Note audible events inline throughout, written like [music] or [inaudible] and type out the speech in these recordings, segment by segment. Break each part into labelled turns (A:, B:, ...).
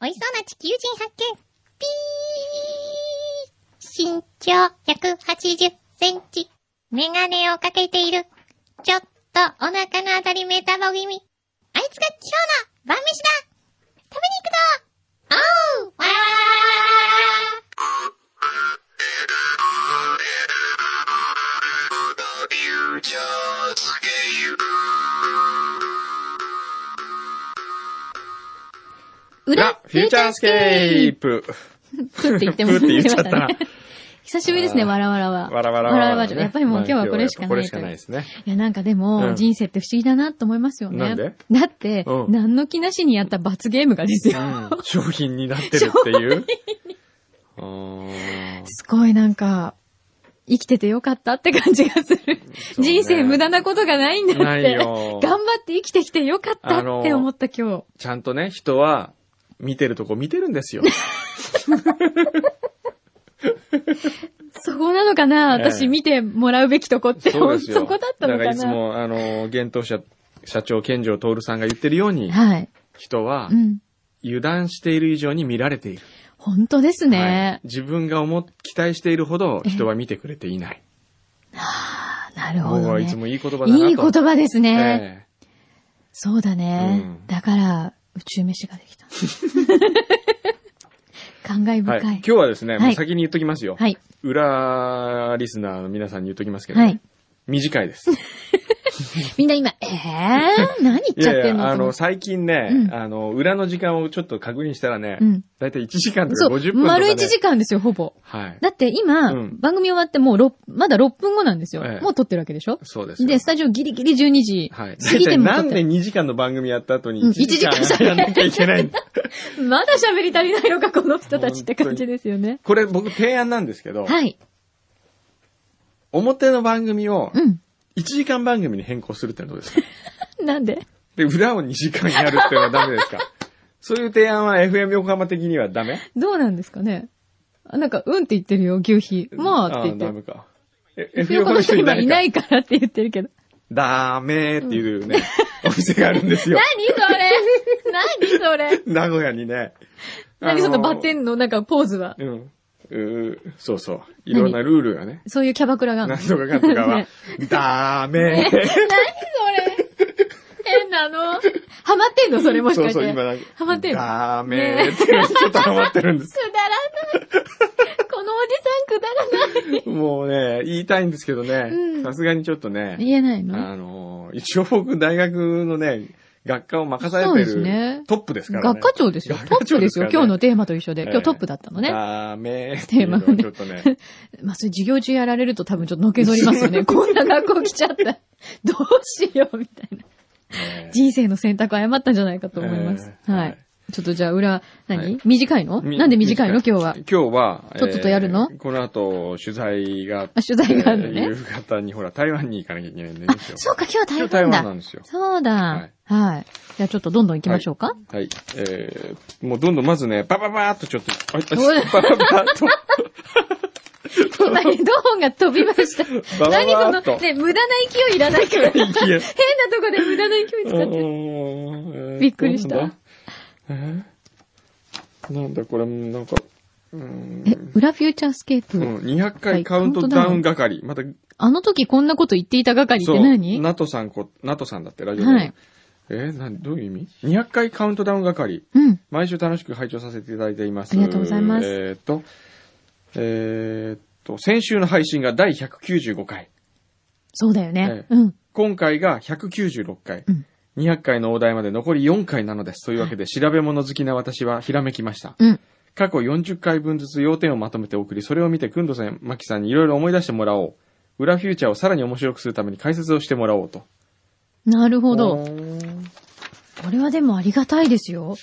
A: 町求人発見ピー身長180センチ。メガネをかけている。ちょっとお腹のあたりメタボ気味。あいつが今日の晩飯だ食べに行くぞおうわー
B: 裏、フューチャースケープ。
C: プって言っても
B: プって言っちゃったな。
C: 久しぶりですね、
B: あー
C: わらわらは。
B: わらわら
C: わ
B: わ
C: らわ
B: ら
C: ら
B: わ
C: わ
B: ら
C: じゃ
B: ね。
C: やっぱりもう今日はこれしかない
B: まあ今日はこ
C: とい
B: れ
C: う。
B: しかないですね。
C: いや、なんかで
B: うん
C: も、人生って不思議だなと思いますよね。
B: なんで
C: だって、
B: うん
C: 何の気なしにやった罰ゲームがですよ。
B: うん商品になってるっていう。うーん
C: すごいなんか、生きててよかったって感じがする。
B: そうね
C: 人生無駄なことがないんだって。
B: ない
C: 頑
B: よ。
C: 張って生きてきてよかったって思った今日。
B: ちゃんとね、人は見てるとこ見てるんで
C: [laughs]
B: すよ。
C: そこなのかな
B: ええ
C: 私見てもらうべきとこって。
B: そうですよ。
C: そこだったのか
B: だ
C: な
B: から
C: い
B: つも、あの、現当社、社長、健城徹さんが言ってるように、
C: はい。
B: 人は
C: うん。
B: 油断している以上に見られている。
C: 本当です
B: はい
C: ね。
B: 自分が思っ、期待しているほど人は見てくれていない。
C: なるほ
B: 僕
C: ど、
B: は
C: ね。
B: いつもいい言葉だなと。
C: いい言葉です
B: え
C: ね。
B: え
C: そうだね。
B: うん
C: だから、宇宙飯ができた。 [laughs] 感慨深。
B: はいい。今日はですね、
C: はい
B: もう先に言っときますよ。
C: はい。
B: 裏リスナーの皆さんに言っときますけど、
C: はい。[laughs]
B: 短いです。
C: みんな今、え
B: [laughs]
C: ー、何言っ
B: い
C: ちゃっ
B: やい
C: てんの
B: や、
C: と
B: あ
C: 思
B: の、
C: って
B: 最近ね、
C: うん
B: あの、裏の時間をちょっと確認したらね、
C: うん。
B: だいたい1時間と
C: そ
B: か50分と
C: う、
B: か、ね。
C: 丸1時間ですよ、ほぼ。
B: はい。
C: だって今、
B: うん
C: 番組終わってもう6、まだ6分後なんですよ。
B: ええ
C: もう撮ってるわけでしょ
B: そうですよ。
C: で、スタジオギリギリ12時。
B: はい。だ
C: 過ぎ
B: いた
C: て
B: い
C: も
B: な
C: 撮っ
B: ん
C: て
B: で
C: る。
B: 2時間の番組やった後に
C: うん
B: 1時間
C: 1時間
B: やんなきゃいけな
C: [laughs]
B: いんだ。
C: [laughs] まだ喋り足りないのか、この人たちって感じですよね。
B: これ僕提案なんですけど、
C: はい。
B: 表の番組を
C: うん。
B: 1時間番組に変更するってのはどうですか
C: なんで
B: で、裏を2時間やるっていうのはダメです
C: [laughs]
B: かそういう提案は FM 横浜的にはダメ
C: どうなんですかねあなんか、うんって言ってるよ、牛皮。まあって言って
B: ダ。メか。え
C: F 横の人今いないからって言ってるけど。
B: ダメっていうね、お店があるんですよ
C: 何。それ何
B: [laughs]
C: それ
B: 名古屋にね。
C: 何そのバッテ
B: ン。
C: ンのなんかポーズは。
B: うん。うーそうそう。いろんなルールがね。
C: そういうキャバクラがあるの。
B: 何とかかんとかは
C: ね、
B: ダメ。
C: 何それ変なの。ハマってんのそれもし
B: そ
C: か
B: う
C: して。
B: そう、今なんか。
C: ハマってんの
B: ダメっていうのにちょっとハマってるんです。
C: くだらない。このおじさんくだらない。
B: もうね、言いたいんですけどね
C: う、ん
B: さすがにちょっとね、
C: 言えないの
B: あのー、一応僕大学のね、学科を任され
C: そう
B: て
C: です
B: る
C: ね
B: トップですからね。
C: 学科長ですよ。トップですよ。今日の
B: テ
C: テーマと一緒で。
B: ええ
C: 今日トップだったのね。
B: ダメっていうのはちょっと
C: [laughs]
B: ね。
C: まあ、それ授業中やられると多分ちょっとのけぞりますよ
B: [laughs]
C: ね。こんな学校来ちゃった。どうしよう、みたいな。
B: ね
C: 人生の選択を誤ったんじゃないかと思います。
B: えー
C: は
B: はい
C: い。ちょっとじゃあ裏、何、
B: はい
C: 短いの
B: み
C: なんで短いの今日は。
B: 今日は、
C: とっととやるの
B: えーこの後、取材があって
C: あ、取材があるのね。
B: 夕方にほら、台湾に行かなきゃいけないんで
C: あ、
B: すよ。
C: そうか、今日
B: 今
C: は
B: 日
C: 台
B: 台
C: 湾
B: 湾な
C: だ。
B: んですよ。
C: そうだ。はい。じゃあちょっとどんどん行きましょうか。
B: はい。えー、もうどんどんまずね、バババーっとちょっと、あ、
C: おい
B: あバババーっと。
C: [laughs] 今、ヘッドホンが飛びました。
B: バ [laughs] バ
C: 何
B: バ
C: そ
B: ーっと
C: の、ね、無駄な勢いいらない
B: [laughs]
C: から。変なと
B: い
C: [laughs]
B: や
C: こで無駄な勢い使って。
B: て
C: びっくりした
B: なんだ,えー、なんだこれ、なんか、うーん
C: え、裏フューチャースケー
B: う
C: プ。
B: ん、200
C: は
B: 回
C: い
B: カウントダウン係。また、
C: あの時こんなこと言っていた係っ
B: そ
C: て
B: う、
C: 何
B: ナトさんこ、ナトさんだって、ラジオで。
C: はい。
B: えー、なん、どういう意味 ?200 回カウントダウン係。
C: うん。
B: 毎週楽しく拝聴させていただいています。
C: ありがとうございます
B: えーっと、えーっと、先週の配信が第195回。
C: そうだよ
B: え
C: ね。
B: え
C: うん。
B: 今回が196回。
C: うん
B: 200回の大台まで残り4回なのです。というわけで、調べ物好きな私はひらめきました。
C: うん。
B: 過去40回分ずつ要点をまとめて送り、それを見て、くんどさん、まきさんにいろいろ思い出してもらおう。裏フューチャーをさらに面白くするために解説をしてもらおうと。
C: なるほど。
B: うーん
C: これはでもありがたいですよ。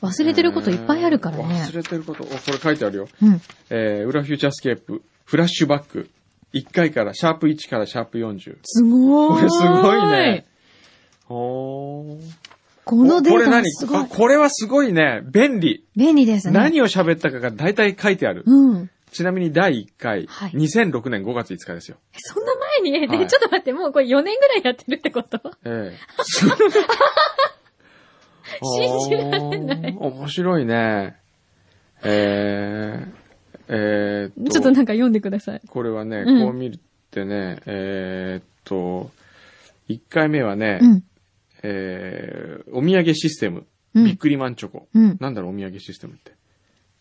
C: 忘れてることいっぱいあるから
B: えー
C: ね
B: 忘。れてること。おこれ書いてあるよ。
C: うん。
B: えー、裏フューチャースケープ、フラッシュバック。1回から、シャープ1からシャープ40。
C: すご
B: こ
C: ーい。
B: れすごいね。。おー
C: このデ
B: こ
C: ー
B: れ
C: タも
B: 何
C: すご
B: あ
C: い。
B: これはすごいね。便利。
C: 便利ですね。
B: 何を喋ったかが大体書いてある。
C: うん。
B: ちなみに第1回、
C: はい
B: 2006年5月5日ですよ。
C: そんな前に、え
B: はい
C: ねちょっと待って、もうこれ4年ぐらいやってるって [laughs] こと
B: ええ。
C: 信じられない
B: [laughs] おー面白いね。えー、えー、
C: ちょっとなんか読んでください。
B: これはね、
C: うん
B: こう見るってね、えーっと、1回目はね、
C: うん。
B: えーお土産システム。
C: うん
B: びっくりマンチョコ。
C: うん
B: なんだろう、お土産システムって。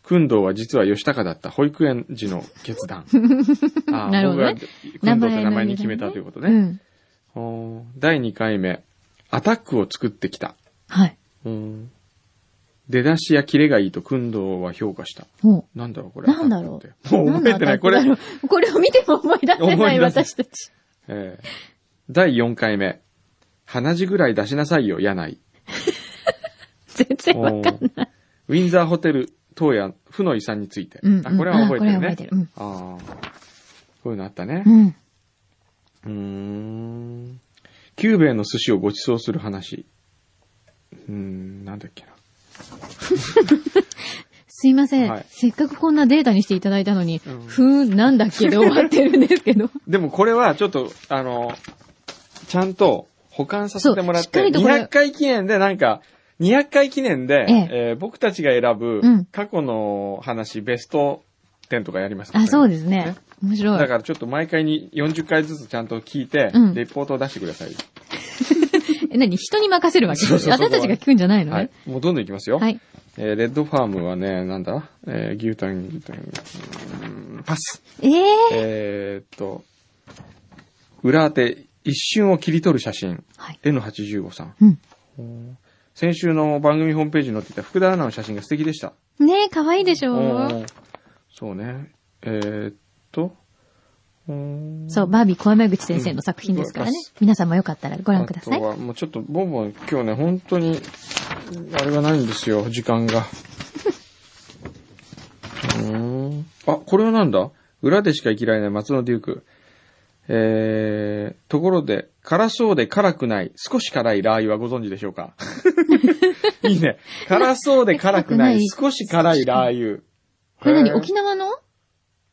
B: くんどうは実は吉高だった保育園児の決
C: [laughs]
B: 断。ああ
C: なるほどね
B: 僕がくんどうと名前に決めたということ
C: う
B: ね。
C: ん。
B: おー第2回目、アタックを作ってきた。
C: はい。
B: うん出だしやキレがいいとくんどうは評価した。
C: も
B: なんだろう、こ
C: う。
B: れ。
C: なんだろ
B: アタックっ
C: う。
B: てもう覚えてない、これ
C: な。んだろうこれを見ても思い出せ
B: 思
C: ないい
B: 出せ
C: 私たち。
B: えー第4回目、鼻血ぐらい出しなさいよ、柳井。
C: 全然わかんない。
B: おーウィンザーホテル当夜、負の遺産について。
C: うんうん
B: あ、これは覚えてるね。
C: あこれは覚えてるうん
B: あーこういうのあったね。
C: うん。
B: うーん。キューベイの寿司をご馳走する話。うーん、なんだっけな。
C: すいません、
B: はい
C: せっかくこんなデータにしていただいたのに、
B: うん
C: ふーんなんだっけで終わってるんですけ
B: [laughs]
C: ど。
B: でもこれはちょっと、あの、ちゃんと保管させてもらっ、
C: そうしってかりとこれ
B: 200回記念でなんか、200回記念で、
C: え
B: え
C: え
B: ー僕たちが選
C: うん
B: ぶ過去の話、ベスト10とかやりますから
C: あ、そうですね。面白い。
B: だからちょっと毎回に40回ずつちゃんと聞いて、
C: うん
B: レポートを出してください。
C: え、何人に任せるわけ
B: そうそうそう
C: 私たちが聞くんじゃないの
B: は
C: ね
B: い。。もうどんどんいきますよ。
C: はい。
B: えーレッドファームはね、なんだえー牛タン、牛タン、うーんパス。
C: えー、
B: えーっと、裏当て、一瞬を切り取る写真。
C: はい。
B: N85 さん。
C: うん。
B: 先週の番組ホームページに載っていた福田アナの写真が素敵でした。
C: ねえ、可愛いでしょ
B: ーそうね。えーっと、うーん
C: そう、バービー小山口先生の作品ですからね
B: うん。
C: 皆さんもよかったらご覧くださ
B: あ
C: い
B: と。は、もうちょっと、ボンボン、今日ね、本当に、あれがないんですよ、時間が。うーん。あ、これはなんだ裏でしか生きられない松野デューク。えー、ところで、辛そうで辛くない、少し辛いラー油はご存知でしょ
C: [laughs]
B: うかいいね。辛そうで辛くない、少し辛いラー油。
C: これ何
B: へー
C: 沖縄の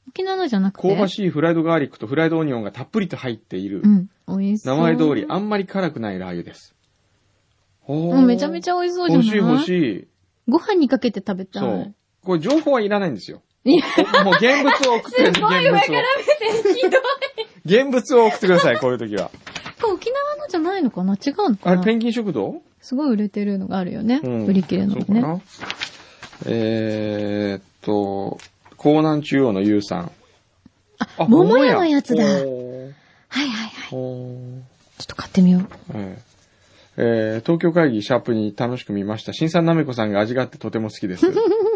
C: 沖縄のじゃなくて
B: 香ばしいフライドガーリックとフライドオニオンがたっぷりと入っている。
C: うん。美味しそ
B: 名
C: う。
B: 前通り、あんまり辛くないラー油です。お
C: うんめちゃめちゃ美味しそうじゃ
B: 欲
C: ない
B: しい欲しい。
C: ご飯にかけて食べたい。
B: そう。これ情報はいらないんで
C: [laughs]
B: すよ。
C: いや
B: もう現物を送ってくだ
C: すご
B: さ
C: い
B: い。現
C: 上
B: 物
C: から目線ひどい。
B: を。現物を送ってください、こういう時は。
C: これ沖縄のじゃないのかな違うの
B: あ
C: か
B: れ、
C: な
B: ペンギン食堂
C: すごい売れてるのがあるよね。
B: うん
C: 売り切れの
B: そうか
C: ね。
B: な。えーっと、江南中央のゆうさん。あ
C: 桃屋のやつだ
B: おー
C: はいはいはい。ちょ
B: おー
C: っと買ってみよう。
B: えええー東京会議シャープに楽しく見ました。新さんなめこさんが味があってとても好き
C: [laughs]
B: です。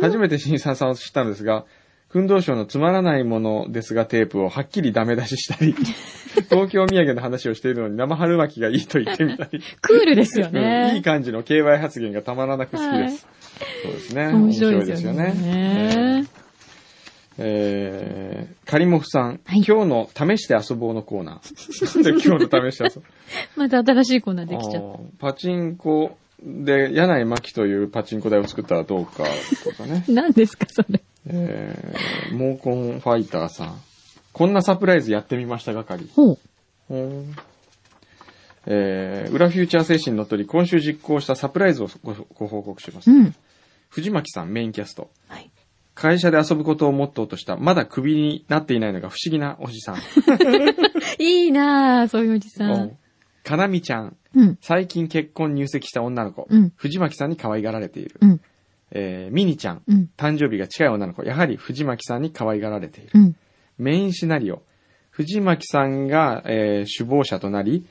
B: 初めて新さんさんを知ったのですが、訓導賞のつまらないものですがテープをはっきりダメ出しし
C: [laughs]
B: たり、東京土産の話をしているのに生春巻きがいいと言ってみたり、
C: クールですよ
B: うん
C: ね。
B: いい感じの KY 発言がたまらなく好きです。そうですね。
C: 面白いですよ
B: 面
C: ね。
B: 白いですよねえー、カリモフさん、
C: はい
B: 今日の試して遊ぼうのコーナー。なんで今日の試して遊ぼ
C: ま
B: う
C: た新しいコーナーできちゃっ。
B: あーパチンコで、柳井真紀というパチンコ台を作ったらどうかとかね
C: [laughs] た。何ですか、それ。
B: えー、モーコンファイターさん。こんなサプライズやってみましたがかり。
C: ほう。
B: ほーえー、裏フューチャー精神のとり、今週実行したサプライズをごご報告します。
C: うん。
B: 藤巻さん、メインキャスト。
C: はい。
B: 会社で遊ぶことをモットーとした、まだクビになっていないのが不思議なおじさん。
C: いいなぁ、そういうおじさ
B: うんん。かなみちゃん。
C: うん。
B: 最近結婚入籍した女の子。
C: うん
B: 藤巻さんに可愛がられている。
C: うん。
B: えーミニちゃん。
C: うん。
B: 誕生日が近い女の子。やはり藤巻さんに可愛がられている。
C: うん。
B: メインシナリオ。藤巻さんが、えー首謀者となり、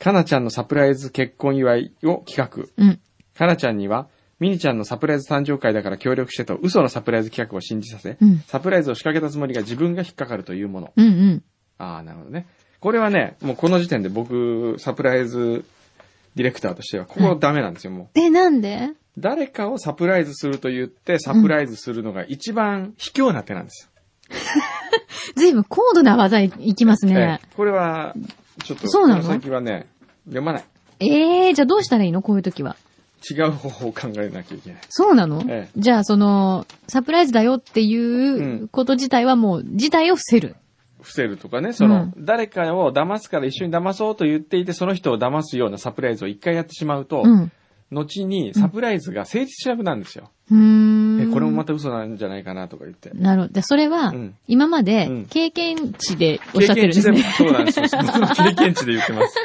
B: かなちゃんのサプライズ結婚祝いを企画。
C: うん。
B: かなちゃんには、ミニちゃんのサプライズ誕生会だから協力してと嘘のサプライズ企画を信じさせ、
C: うん
B: サプライズを仕掛けたつもりが自分が引っかかるというもの。
C: うん。うん。
B: ああ、なるほどね。これはね、もうこの時点で僕、サプライズディレクターとしては、ここダメなんですよ、もう。
C: で、なんで
B: 誰かをサプライズすると言って、サプライズするのが一番卑怯な手なんです
C: ずいぶん高度な技いいきます
B: よ。
C: ね
B: え。えこれは、ちょっと、
C: そうなの
B: こ先はね、読まない。
C: ええー、じゃあどうしたらいいのこういう時は。
B: 違う方法を考えなきゃいけない。
C: そうなの、
B: ええ
C: じゃあ、その、サプライズだよっていううんこと自体はもう、事態を伏せる。
B: 伏せるとかね、その、
C: うん
B: 誰かを騙すから一緒に騙そうと言っていて、その人を騙すようなサプライズを一回やってしまうと、
C: うん。う
B: 後にサプライズが成立しなくなるんですよ。
C: ーん。
B: え、これもまた嘘なんじゃないかなとか言って。
C: なるほど。でそれは
B: うん、
C: 今ま
B: う
C: で
B: ん
C: 経験値でおっしゃってるんです
B: 経験値でも
C: ね。
B: そうなんですよ。僕の経験値で言っ
C: [laughs]
B: てます。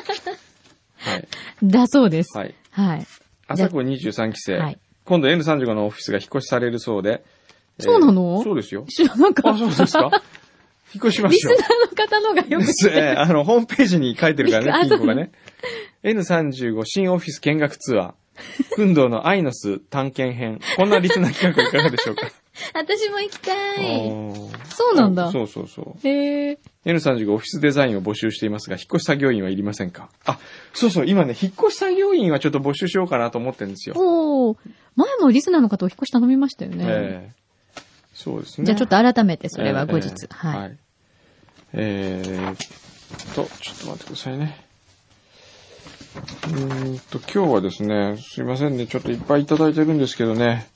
B: はい。
C: だそうです。
B: はい。
C: はい。
B: 朝子23期生。
C: はい
B: 今度 N35 のオフィスが引っ越しされるそうで。えー
C: そうなの
B: そうですよ。
C: 一緒なんか
B: あ、、そうですか引っ越しま
C: リ
B: し
C: ス
B: たよ。
C: ナーの方のがよく知っ
B: ええあの、ホームページに書いてるからね、
C: びっくり
B: 金庫がね。N35 新オフィス見学ツアー。運動のアイノス探検編。こんなリスナー企画いかがでしょうか
C: 私も行きたい。
B: おー
C: そうなんだ。
B: そうそうそう。
C: へえ。
B: N35 オフィスデザインを募集していますが、引っ越し作業員はいりませんかあ、そうそう、今ね、引っ越し作業員はちょっと募集しようかなと思ってるんですよ。
C: おお。前もリスナーの方お引っ越し頼みましたよね。
B: ええそうですね。
C: じゃあちょっと改めてそれは後
B: え
C: 日
B: え。
C: はい。
B: い。えーっと、ちょっと待ってくださいね。うーんと、今日はですね、すいませんね、ちょっといっぱいいただいてるんですけどね、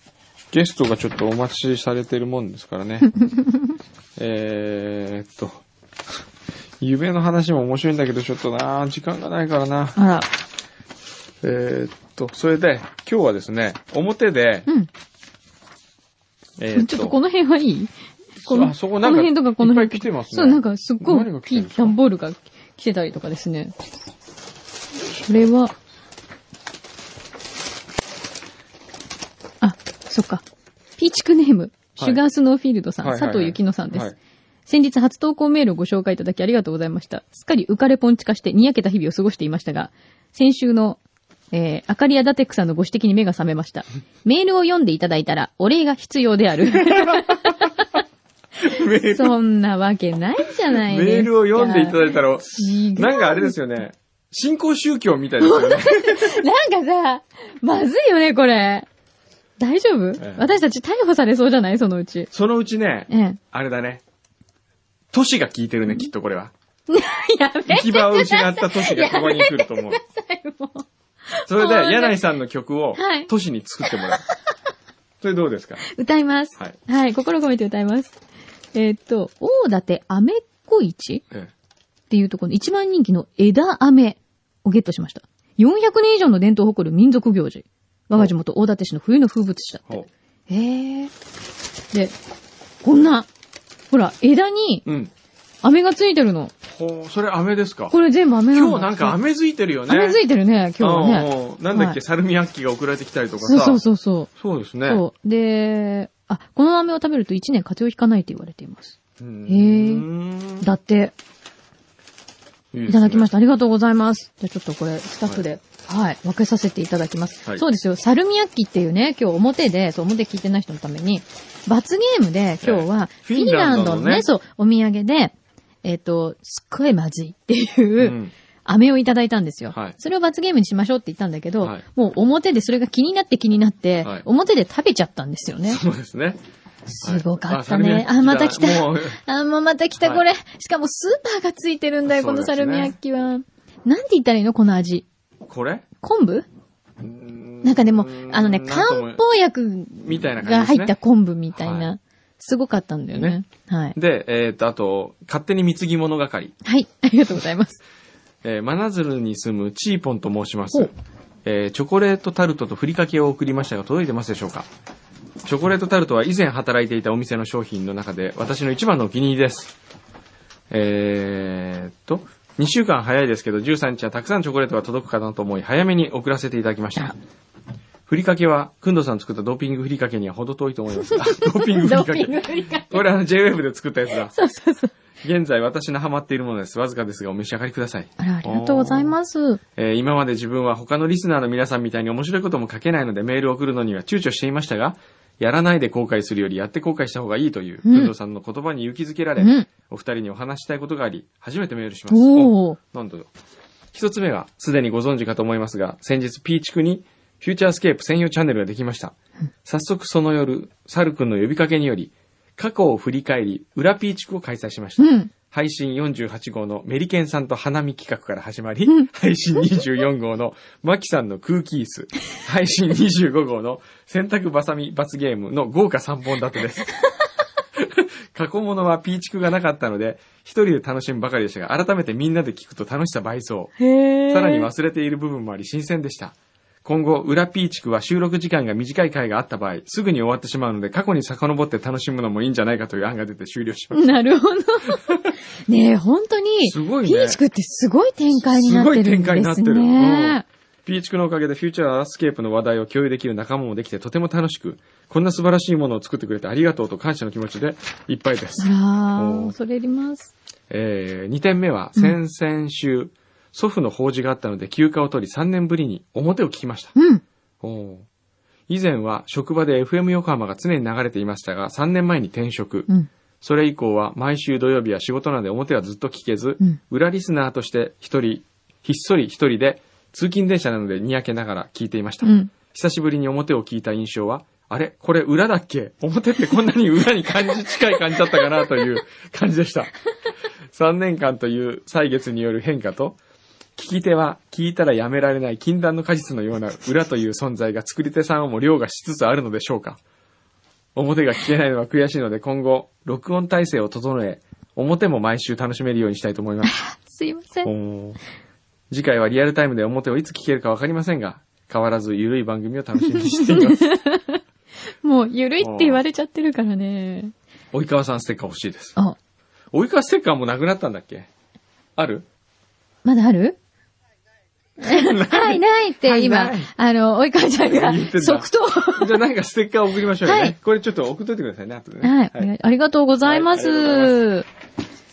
B: ゲストがちょっとお待ちされてるもんですか
C: [laughs]
B: らね。えーっと、夢の話も面白いんだけど、ちょっとな、時間がないからな。
C: あら。
B: えーっと、それで、今日はですね、表で、
C: うん。
B: え
C: ちょっとこの辺はいいこの
B: あそこなんか
C: この辺とかこの辺
B: いっぱい来てます
C: そ
B: ね。
C: う、なんかすっごい
B: 何が
C: 大
B: 来て
C: き
B: る
C: い
B: んですか
C: 段ボールが来てたりとかですね。これは、あ、そっか。ピーチクネーム、
B: は
C: シ
B: い
C: ュガースノーフィールドさん、
B: はいはいはい
C: 佐藤幸乃さんです。
B: はい
C: 先日初投稿メールをご紹介いただきありがとうございました。すっかり浮かれポンチ化してにやけた日々を過ごしていましたが、先週の、えー、アカリアダテックさんのご指摘に目が覚めました。メールを読んでいただいたら、お礼が必要であ
B: [laughs]
C: る。
B: メール
C: そんなわけないじゃないですか。
B: メールを読んでいただいたら、
C: 違う
B: なんかあれですよね。新興宗教みたいで
C: [laughs]
B: すよね。
C: なんかさ、まずいよね、これ。大丈夫、
B: ええ
C: 私たち逮捕されそうじゃないそのうち。
B: そのうちね、
C: ええ。
B: あれだね。都市が効いてるね、きっとこれは。
C: やめ
B: 行き場を失った都
C: [laughs]
B: 市がここに来ると思う。
C: もう。
B: それ
C: もう
B: で、
C: ね
B: 柳井さんの曲を
C: はい
B: 都市に作ってもらう。それどうですか
C: 歌います。
B: はい
C: 心込めて歌います。えーっと、大館アメッコ市
B: ええ
C: っていうところの一番人気の枝飴をゲットしました。400年以上の伝統を誇る民族行事。我が地元大館市の冬の風物詩だっ
B: ほ
C: て。へえ。で、こんな、ほら、枝に
B: う。うん。
C: 飴がついてるの。
B: ほう、それ飴ですか
C: これ全部飴なの
B: 今日なんか飴づいてるよね。
C: 飴ついてるね、今日はね。
B: うんうんなんだっ
C: は
B: け、
C: い
B: サルミアッキが送られてきたりとか
C: そ
B: さ。
C: うそうそうそう。
B: そうですね。
C: そう。で、あ、この飴を食べると1年風邪をひかないと言われています。
B: うん。
C: へえだって、いただきましたた。ありがとうございます。じゃあちょっとこれ、スタッフで、はい、分けさせていただきます。
B: はい
C: そうですよ、サルミヤッキっていうね、今日表で、そう、表聞いてない人のために、罰ゲームで今日は、
B: え
C: フ
B: え
C: ィンランド
B: フィンランド
C: の
B: のね
C: ね、そう、お土産で、えっ、と、すっごいまずいっていうう、
B: ん
C: 飴をいただいたんですよ。
B: はい
C: それを罰ゲームにしましょうって言ったんだけど、
B: はい
C: もう表でそれが気になって気になって、
B: はい
C: 表で食べちゃったんですよね。
B: そうですね。
C: すごかった
B: はい
C: ね。あ、また来た。
B: もう
C: あ、もうまた来た、
B: はい
C: これ。しかもスーパーがついてるんだよ、
B: そ
C: こ
B: うで
C: の
B: すね
C: サルミヤッキは。なんて言ったらいいのこの味。
B: これ
C: 昆布
B: な
C: [laughs] なんかでも、あのね、漢方薬
B: みたいな
C: が
B: 感じ
C: 入
B: で
C: っ
B: す
C: た
B: ね。
C: 昆布みたい
B: は
C: な。すごかったんだよね。はい。
B: で、えっと、あと、勝手に貢ぎ物係。
C: はい、ありがとうござい
B: [laughs]
C: ます。
B: えー、真鶴に住むチーポンと申しま
C: ほ
B: す
C: う。
B: えーチョコレートタルトとふりかけを送りましたが、届いてますでしょうかチョコレートタルトは以前働いていたお店の商品の中で、私の一番のお気に入りです。えーっと、2週間早いですけど、13日はたくさんチョコレートが届くかなと思い、早めに送らせていただきまし
C: あ
B: た
C: ら。
B: ふりかけは、くんどさん作ったドーピングふりかけには程遠いと思
C: [laughs]
B: いますが、ドーピングふ
C: ド
B: り
C: ー
B: か
C: ピング
B: け。
C: ふりかけ。
B: これあの JWave で作ったやつだ。
C: [laughs] そうそうそう。
B: 現在私のハマっているものです。わずかですがお召し上がりください。
C: あら、ありがとうございます。
B: えー今まで自分は他のリスナーの皆さんみたいに面白いことも書けないのでメールを送るのには躊躇していましたが、やらないで後悔するよりやって後悔した方がいいという、
C: うん
B: 工藤さんの言葉に勇気づけられ、
C: うん
B: お二人にお話ししたいことがあり、初めてメールします。
C: おー。
B: なんだろう一つ目は、すでにご存知かと思いますが、先日 P 地区に、フューチャースケープ専用チャンネルができました。早速その夜、サル君の呼びかけにより、過去を振り返り、裏 P 地区を開催しました。
C: うん。
B: 配信48号のメリケンさんと花見企画から始まり
C: うん、
B: 配信24号のマキさんの空気椅子、配信25号の洗濯バサミ罰ゲームの豪華3本立
C: [laughs]
B: てです。過去物はピーチクがなかったので、一人で楽しむばかりでしたが、改めてみんなで聞くと楽しさ倍増。
C: へー
B: さらに忘れている部分もあり新鮮でした。今後、裏ピーチクは収録時間が短い回があった場合、すぐに終わってしまうので、過去に遡って楽しむのもいいんじゃないかという案が出て終了しまし
C: なる
B: [laughs]
C: ほど。ねえ、本当に、
B: すごいね
C: ピーチクってすごい展開になってるんですね。
B: すごい展開になってるうんた。ピーチクのおかげでフューチャーアースケープの話題を共有できる仲間もできてとても楽しく、こんな素晴らしいものを作ってくれてありがとうと感謝の気持ちでいっぱいです。
C: あら、
B: お
C: 恐れ入ります。
B: え2点目は、先々週、祖父の法事があったので休暇を取り3年ぶりに表を聞きました。
C: うん。
B: おー以前は職場で FM 横浜が常に流れていましたが、3年前に転職。
C: うん。
B: それ以降は毎週土曜日は仕事なので表はずっと聞けず、
C: うん
B: 裏リスナーとして一人、ひっそり一人で通勤電車なのでにやけながら聞いていました。
C: うん。
B: 久しぶりに表を聞いた印象は、あれこれ裏だっけ表ってこんなに裏に感じ、近い感じだったかなという感じ
C: [laughs]
B: でした。3年間という歳月による変化と、聞き手は聞いたらやめられない禁断の果実のような裏という存在が作り手さんをも凌駕しつつあるのでしょうか。表が聞けないのは悔しいので今後、録音体制を整え、表も毎週楽しめるようにしたいと思い
C: [laughs]
B: ます。
C: すいません。
B: おー次回はリアルタイムで表をいつ聞けるかわかりませんが、変わらず緩い番組を楽しみにしてい
C: [laughs]
B: ます。
C: もう、ゆるいって言われちゃってるからね。
B: 及川さんステッカー欲しいです。
C: あ、
B: 及川ステッカーもなくなったんだっけある
C: まだあるはい、ないっ
B: は
C: て
B: い
C: 今
B: ない、
C: あの、及川ちゃんが
B: 言ってんだ
C: 即答。
B: じゃあなんかステッカー送りましょうよね。
C: はい
B: これちょっと送っといてくださいね、後でね。
C: はい、お願いありがとうございま
B: はいあり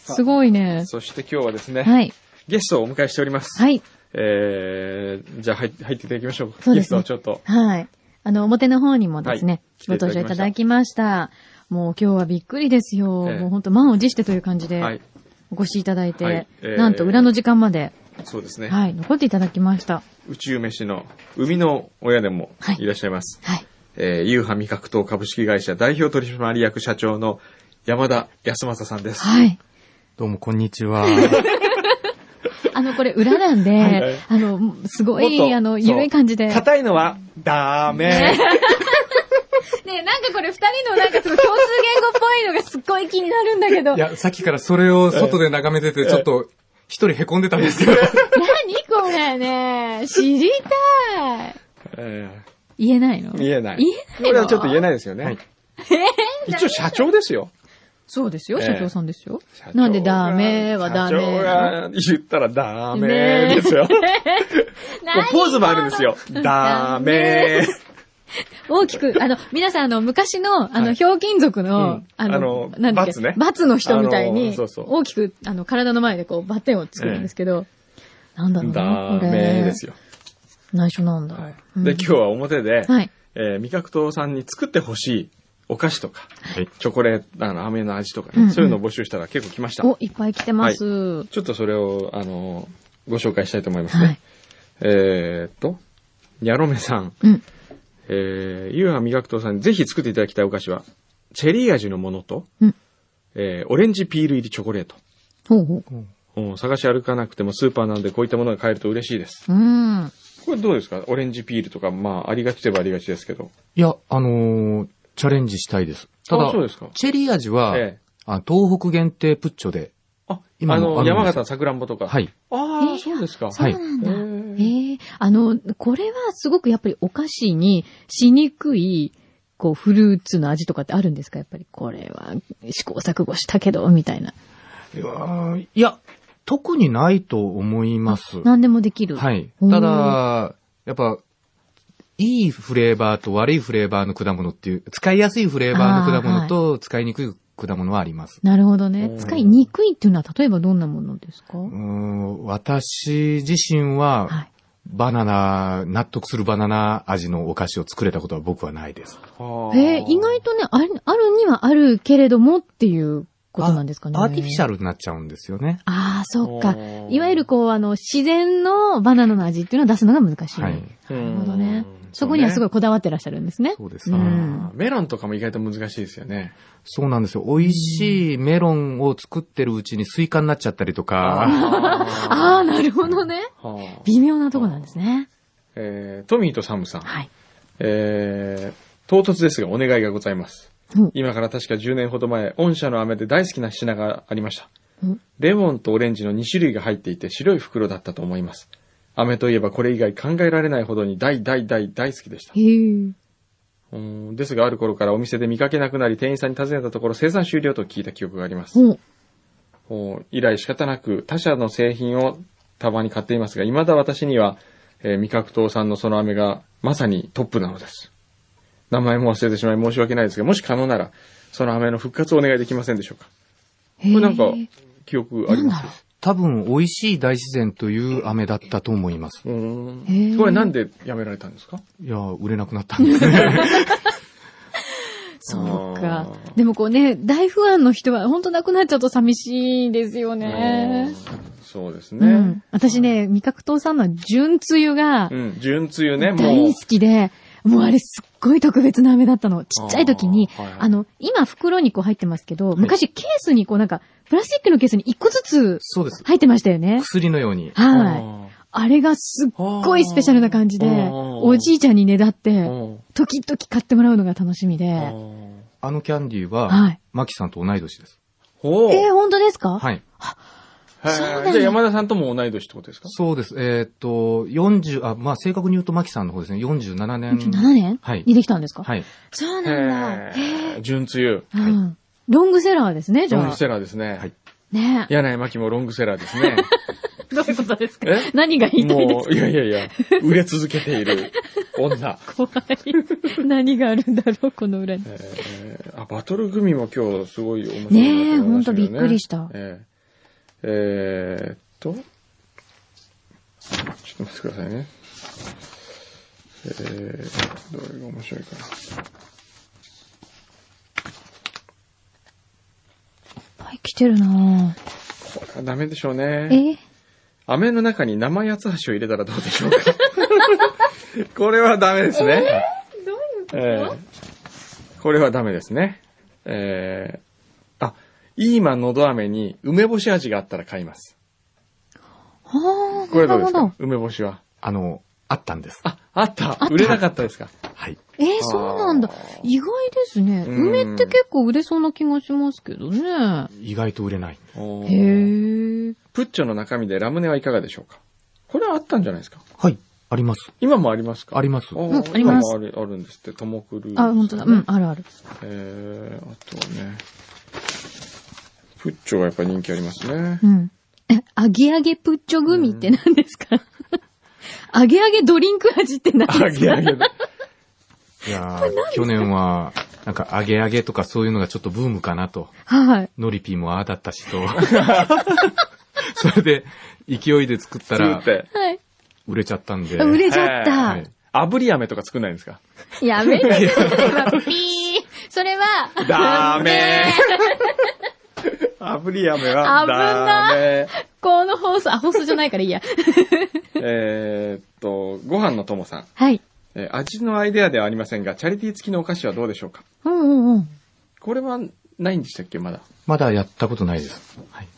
C: す。すごいね。
B: そして今日はですね、
C: はい。
B: ゲストをお迎えしております。
C: はい。
B: えー、じゃあ入って入っていただきましょう。
C: そう
B: ゲ
C: で
B: ス
C: す
B: ト
C: ね
B: をちょっと。
C: はい。あの、表の方にもです
B: はい
C: ね、
B: 来て
C: ご
B: いただきました
C: 登場いただきました。もう今日はびっくりですよ。
B: ええ
C: もう本当満を持してという感じ
B: は
C: で
B: い、
C: お越しいただいて、
B: はいええ
C: なんと裏の時間まで、
B: そうですね。
C: はい、残っていただきました。
B: 宇宙飯の生みの親でもいらっしゃいます。
C: はい。
B: えー、ユーハ味覚糖株式会社代表取締役社長の山田康正さんです。
C: はい。
D: どうも、こんにちは。
C: あの、これ裏なんで、
B: はいはい
C: あの、すご
B: もっ
C: い、
B: と
C: あの、
B: そう
C: 緩い感じで。ね
B: 硬いのはダメ。
C: えなんかこれ二人のなんかすごい共通言語っぽいのがすっごい気になるんだけど。
D: いや、さっきからそれを外で眺めてて、ちょっと、一人凹んでたんですけど。
C: 何これね知りたい。
B: え
C: 言えないの
B: ー言えない。
C: 言えないの
B: これはちょっと言えないですよね。
D: はい
B: 一応社長ですよ。
C: そうですよ、
B: ええ
C: 社長さんですよ
B: 社長。が
C: なんでダメはダメ。
B: 社長が言ったらダメですよ。
C: 何
B: ポーズもあるんですよ。ダメ。
C: 大きく、あの、皆さん、あの、昔の、あ
B: は
C: の、
B: い
C: ひょうきん族の、
B: うん
C: あの、
B: あの
C: なんだっけ
B: バツね
C: バツの人みたい
B: あ
C: に、
B: のそうそう
C: 大きく、あの、体の前でこう、バッテンを作るんですけど、なんだろう
B: ダ
C: な、これ。
B: メですよ。
C: 内緒なんだ。
B: はい
C: うん
B: で、今日は表で、
C: はい
B: えー味覚糖さんに作ってほしいお菓子とか、
D: はい。
B: チョコレート、あの、飴の味とかね、
C: うんうん
B: そういうのを募集したら結構来ました。
C: お、いっぱい来てます。は
B: ちょっとそれを、あの、ご紹介したいと思います
C: い。
B: ね。えーっと、ニャロメさん、
C: うん。
B: えー、ゆうはみがくとうさんにぜひ作っていただきたいお菓子は、チェリー味のものと、
C: うん
B: えーオレンジピール入りチョコレート。
C: ほうほ
B: うん探し歩かなくてもスーパーなのでこういったものが買えると嬉しいです。
C: う。うん。
B: これどうですかオレンジピールとか、まあ、ありがちではありがちですけど。
D: [laughs] いや、あのーチャレンジしたいです。た
B: あ
D: だ
B: そうですか、
D: チェリー味は、
B: ええ
D: あ東北限定プッチョで、
B: あ、
D: 今
B: あ
D: も
B: の、
D: あるんです
B: 山形さくらんぼとか。
D: はい。
B: あ
C: え
B: あ、
C: ー
B: そうですか。
C: そうなんだ。
B: へ
C: え
B: ー
C: えあの、これはすごくやっぱりお菓子にしにくい、こう、フルーツの味とかってあるんですかやっぱり、これは試行錯誤したけど、みたいな。
D: いやーいや、特にないと思います。
C: 何でもできる。
D: はい。
C: うん
D: ただ、やっぱ、いいフレーバーと悪いフレーバーの果物っていう、使いやすいフレーバーの果物と使いにくい果物はあります。
C: なるほど
B: う
C: ね
B: ん。
C: 使いにくいっていうのは、例えばどんなものですか
D: うーん、私自身は、
C: はい。
D: バナナ、納得するバナナ味のお菓子を作れたことは僕はないです。
B: はあ
C: えー意外とね、ある、あるにはあるけれどもっていうことなんですかね。
D: アーティフィシャ
C: ル。
D: ルになっちゃうんですよね。
C: ああ、そっか
B: う。ん
C: いわゆるこう、あの、自然のバナナの味っていうのを出すのが難しい。
D: はい。
B: うん
C: なるほどね。そこにはすごいこだわってらっしゃるんですね。
D: そうです
C: う
D: ね。
C: ん。
B: メロンとかも意外と難しいですよね。
D: そうなんですよ。美味しいメロンを作ってるうちにスイカになっちゃったりとか、
B: あ
C: ああ、なるほどね。
B: ーはあ
C: 微妙なとこなんですね。
B: えートミーとサムさん。
C: はい。
B: えー唐突ですがお願いがございます
C: うん。
B: 今から確か10年ほど前、御社の飴で大好きな品がありました
C: うん。
B: レモンとオレンジの2種類が入っていて白い袋だったと思います。飴といえばこれ以外考えられないほどに大大大大好きでした。
C: へえ。
B: うーんですがある頃からお店で見かけなくなり店員さんに尋ねたところ生産終了と聞いた記憶があります。
C: ほう。
B: お以来仕方なく他社の製品をたまに買っていますが、未だ私には、えー味覚糖さんのその飴がまさにトップなのです。名前も忘れてしまい申し訳ないですが、もし可能なら、その飴の復活をお願いできませんでしょうか。
C: こ
B: これなんか、記憶あり
C: なんだ
B: ま
C: ろ
B: す
D: [laughs] 多分、美味しい大自然という飴だったと思います。
B: う
C: へ
B: ー
C: ー
B: ん。これなんでやめられたんですか
D: いや、売れなくなったんで
C: [laughs]
D: すね。
C: そうか
B: あ。ー
C: でもこうね、大不安の人は本当亡くなっちゃうと寂しいですよね。
B: うんそうです
C: う
B: ね
C: ん。。私ね、味覚糖さんのは純つゆが
B: うん。純つゆね、も
C: 大
B: う
C: 好。きで、もうあれすっごい特別な飴だったの。ちっちゃい時に、
B: あーはいはい
C: あの、今袋にこう入ってますけど、昔ケースにこうなんか、プラスチックのケースに一個ずつ
D: そうです。
C: 入ってましたよね。
D: 薬のように。
C: はい。あれがすっごいスペシャルな感じで
B: あ、ー
C: おじいちゃんにねだっ
B: あ
C: て、
B: ー
C: 時々買ってもらうのが楽しみ
B: あ
C: で。
B: ー
D: あのキャンディー
C: は、
D: はいマキさんと同い年です。
B: ほう。
C: えー、本当ですか
D: はい。
B: へー
C: そうなんだ
B: じゃあ山田さんとも同い年ってことですか
D: そうです。えーっと、40、あ、まあ、正確に言うとマキさんの方ですね。47年。
C: 7年
D: はい
C: にできたんですか
D: はい。
C: そうなんだ。
B: へー純つゆ。
C: う
D: はい
C: ん。ロングセラーですね、じ
B: ロ
C: ゃ
B: ン
C: あ
B: グ。セラーですね。
D: はい
C: ね
B: 柳井真紀もロングセラーです
C: [laughs]
B: ね。
C: どういうことですか
B: え
C: [laughs] 何が言いたいで
B: も
C: す
B: う、い
C: か
B: やいやいや、売れ続けている女。
C: 怖い。 [laughs] 何があるんだろう、この裏に。
B: えーあ、バトル組も今日すごい面白いなと思いまたけど
C: ねえほんとびっくりした
B: えーえーっと、ちょっと待ってくださいね。えー、どれが面白いかな。
C: いっぱい来てるなぁ
B: これはダメでしょうね。
C: え
B: 飴の中に生八つ橋を入れたらどうでしょうか [laughs] これはダメですね。どういうこと、これはダメですね。えー、あ、今のど飴に梅干し味があったら買います。
C: は
B: これ
C: ぁ、
B: はど
C: な
B: う
C: るほ
B: ですか
C: ど。
B: 梅干しは。
D: あの、あったんです。
B: あ、あった売れなかったですか
D: はい。
C: えー、そうなんだ
B: あ。ー
C: 意外ですね。
B: うん
C: 梅って結構売れそうな気がしますけどね。
D: 意外と売れない。
B: お
C: へ
B: ー
C: ぇー。
B: プッチョの中身でラムネはいかがでしょうかこれはあったんじゃないですか
D: はい。あります。
B: 今もありますか
D: あります。
B: お
C: うんあ
B: ー
C: ります
B: 今もあるあるんですって、ともくる。
C: あ、本当だ。うん、あるある。
B: えー、あとはね、プッチョがやっぱり人気ありますね
C: う。ん。 [laughs] え、揚げ揚げプッチョグミって何ですか、 [laughs] 揚げ揚げドリンク味って何ですか
B: あげあげだ。
D: いやー去年は、なんか、揚げ揚げとかそういうのがちょっとブームかなと。
C: はい。
D: ノリピーもああだった
C: [laughs]
D: しと。それで、勢いで作った
B: 作
D: ら
B: っ、て。
C: はい。
D: 売れちゃったんで。
C: あ売れちゃっ
D: え
C: た。
B: 炙り飴とか作んないんですか
C: やめてください。ピー。 [laughs] それは、
B: ダ
C: [laughs]
B: メ炙り飴はダメ。
C: この放送、あ、放送じゃないから
B: [laughs]
C: いいや。
B: えーっと、ご飯のともさん。
C: はい。
B: えー味のアイデアではありませんが、チャリティー付きのお菓子はどうでしょうか
C: うんうん
B: [laughs]
C: うん。
B: これはないんでしたっけまだ。
D: まだやったことないです。はい。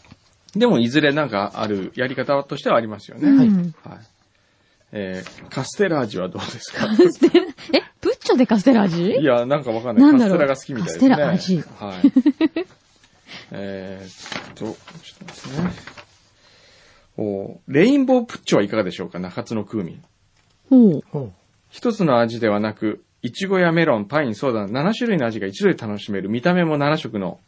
B: でも、いずれなんかあるやり方としてはありますよね。
C: うん
B: はい。えーカステラ味はどうですか
C: カステラ、え、プッチョでカステラ味
B: いや、なんかわかんな。
C: ないんだ
B: カス
C: ろ
B: テ
C: う
B: ラが好きみたいですね。
C: カステ
B: はい。 [laughs] えーっと、ちょっと待ってね。おレインボープッチョはいかがでしょうか中津の空民。
C: ほう。
B: 一つの味ではなく、いちごやメロン、パイン、ソーダの7種類の味が一度で楽しめる見た目も7色の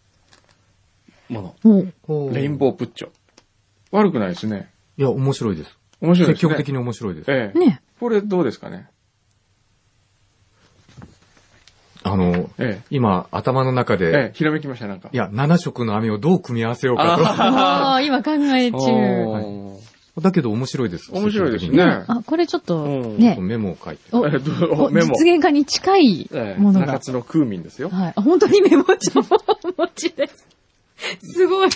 B: も
C: ほう。
B: の。レインボープッチョ。悪くないですね。
D: いや、面白いです。
B: 面白いですね。
D: 積極的に面白いです。
B: ええ
C: ね
B: これどうですかね
D: あの、
B: え
D: 今、頭の中
B: え。え
D: で、
B: え、ひらめきました、なんか。
D: いや、7色の飴をどう組み合わせようか
C: ああ、今考え
B: あー、
C: 中。
D: と。だけど面白いです。
B: 面白いです
D: 積極
B: ね。
C: あ、これちょっと、
B: うん
D: 的
C: ね
D: に。。メモを書いて。
C: お
B: [laughs] えっと、
C: お
B: メモ。
C: 実現化に近い
B: ええ
C: もの
B: 中
C: が。
B: 津の空民ですよ。
C: はい。あ、本当にメモ帳をお持ちです。すごい。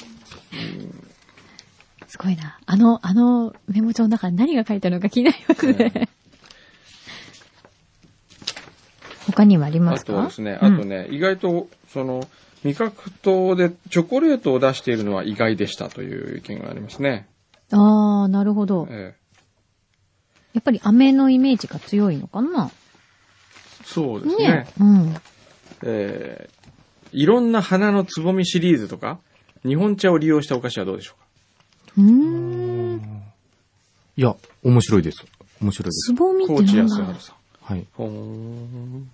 C: すごいな。あの、あのメモ帳の中に何が書いてあるのか気になりますね。他にもありま
B: あ
C: すか
B: とはですね、
C: う
B: あ
C: ん
B: とね、意外と、その、味覚糖でチョコレートを出しているのは意外でしたという意見がありますね。
C: ああ、なるほど。
B: ええ
C: やっぱり飴のイメージが強いのかな
B: そうですね。
C: ねうん。
B: ええいろんな花のつぼみシリーズとか、日本茶を利用したお菓子はどうでしょうか
C: うーん。
D: いや、面白いです。面白いで
C: つ。
D: す
C: ぼみっ
B: 高知
C: てなんだ
B: 安
C: ろ
B: 原
C: う
B: さん。
D: はい。
B: ほーん。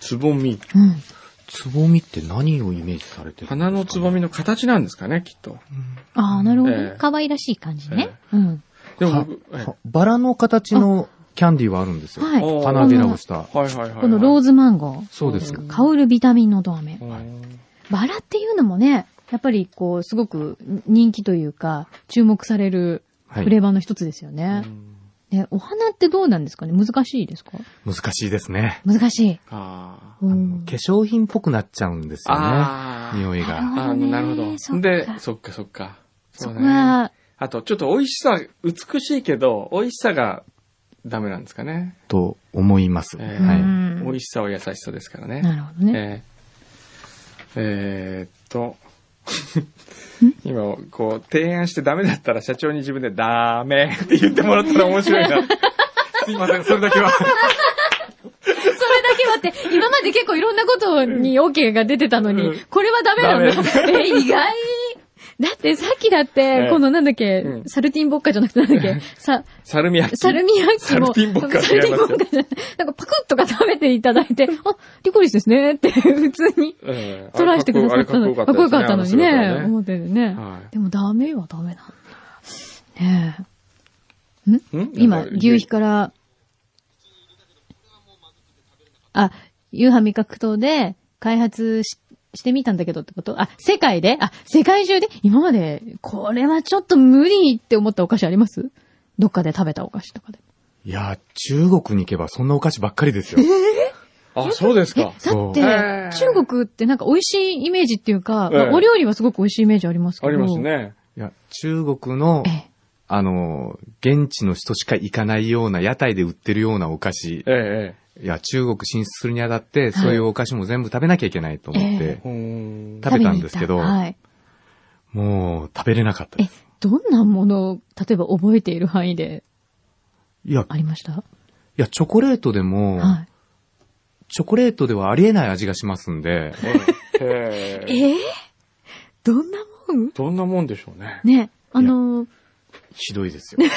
B: つぼみ。
C: うん。
D: つぼみって何をイメージされてるんですか
B: 花のつぼみの形なんですかね、きっと。
C: ああ、なるほど
B: ええ。
C: 可愛らしい感じねう
B: え。
C: ん。
B: でも
D: は
B: 僕、ええ
D: はバラの形のキャンディーはあるんですよ。
C: はい。
B: おー
D: 花びらをした。
B: はいはいはいはい。
C: このローズマンゴー。
D: そうですよ。
C: 香るビタミンのど飴。
B: ほーん
C: バラっていうのもね、やっぱりこう、すごく人気というか、注目される
D: はい
C: フレーバーの一つですよね。ね、お花ってどうなんですかね難しいですか
D: 難しいですね。
C: 難しい。
B: あ
C: う
D: 化
C: ん。
D: 粧品っぽくなっちゃうんです
B: ー
D: よね。
B: あー。
D: 匂いが。
B: あーなるほど。で
C: で、、
B: そっかそっか。
C: そこ
B: うね。
C: が、
B: あと、ちょっと美味しさ、美しいけど、美味しさがダメなんですかね。
D: と思います。
B: え
D: は
B: ー
D: い。
C: うん
B: 美味しさは優しさですからね。
C: なるほどね。
B: えーえーっと、 [laughs] 今、こう、提案してダメだったら社長に自分でダメって言ってもらったら面白
C: [laughs]
B: いな。すいません、それだけは。
C: それだけはって、今まで結構いろんなことに OK が出てたのに、
B: うん
C: これはダメなの [laughs] え、意外だってさっきだって、
B: ええ
C: このなんだっけ、
B: うん
C: サルティンボッカじゃなくてなんだっけ、さ、
B: サルミアッキ。
C: サルミアッキも、
B: サルティンボッカ
C: サルティンボッカじゃないなんかパクッとか食べていただいて、あ、リコリスですねって、普通に
B: えー
C: トライしてくださったのに、
B: あ
C: か
B: れ
C: っこよかったのに
B: あ
C: ね、
B: 姿
C: 思ってるね、
B: はい
C: でもダメはダメなんだ。ねえ。ん
B: ん
C: 今、
B: なんか
C: 牛皮から、あ、夕飯味覚糖で開発ししてみたんだけどってことあ、世界であ、世界中で今まで、これはちょっと無理って思ったお菓子ありますどっかで食べたお菓子とかで。
D: いや、中国に行けばそんなお菓子ばっかりですよ。
B: あ、そうです
C: え、
B: か
C: だ。
D: そ
C: っ
D: う
C: て、
B: へー
C: 中国ってなんか美味しいイメージっていうか、まあ
B: ええ
C: お料理はすごく美味しいイメージありますけ
B: あ
C: ど。
B: ります。ね。
D: いや、中国の
C: え、え。
D: あの、現地の人しか行かないような屋台で売ってるようなお菓子。
B: ええ
D: いや、中国進出するにあたって、そういうお菓子も全部食べなきゃいけないと思っ
C: え
D: て
B: え、ほーん
D: 食べたんですけど
C: 食べに行ったはい。
D: もう食べれなかったで
C: え
D: す。、
C: どんなものを、例えば覚えている範囲で
D: いや、い
C: ありました
D: や、チョコレートでも、
C: は
D: チョコレートではありえない味がしますんで、
B: え [laughs] え
C: い。えー、どんなもん
B: どんなもんでしょうね。
C: ね、あのー、
D: ひどいですよ。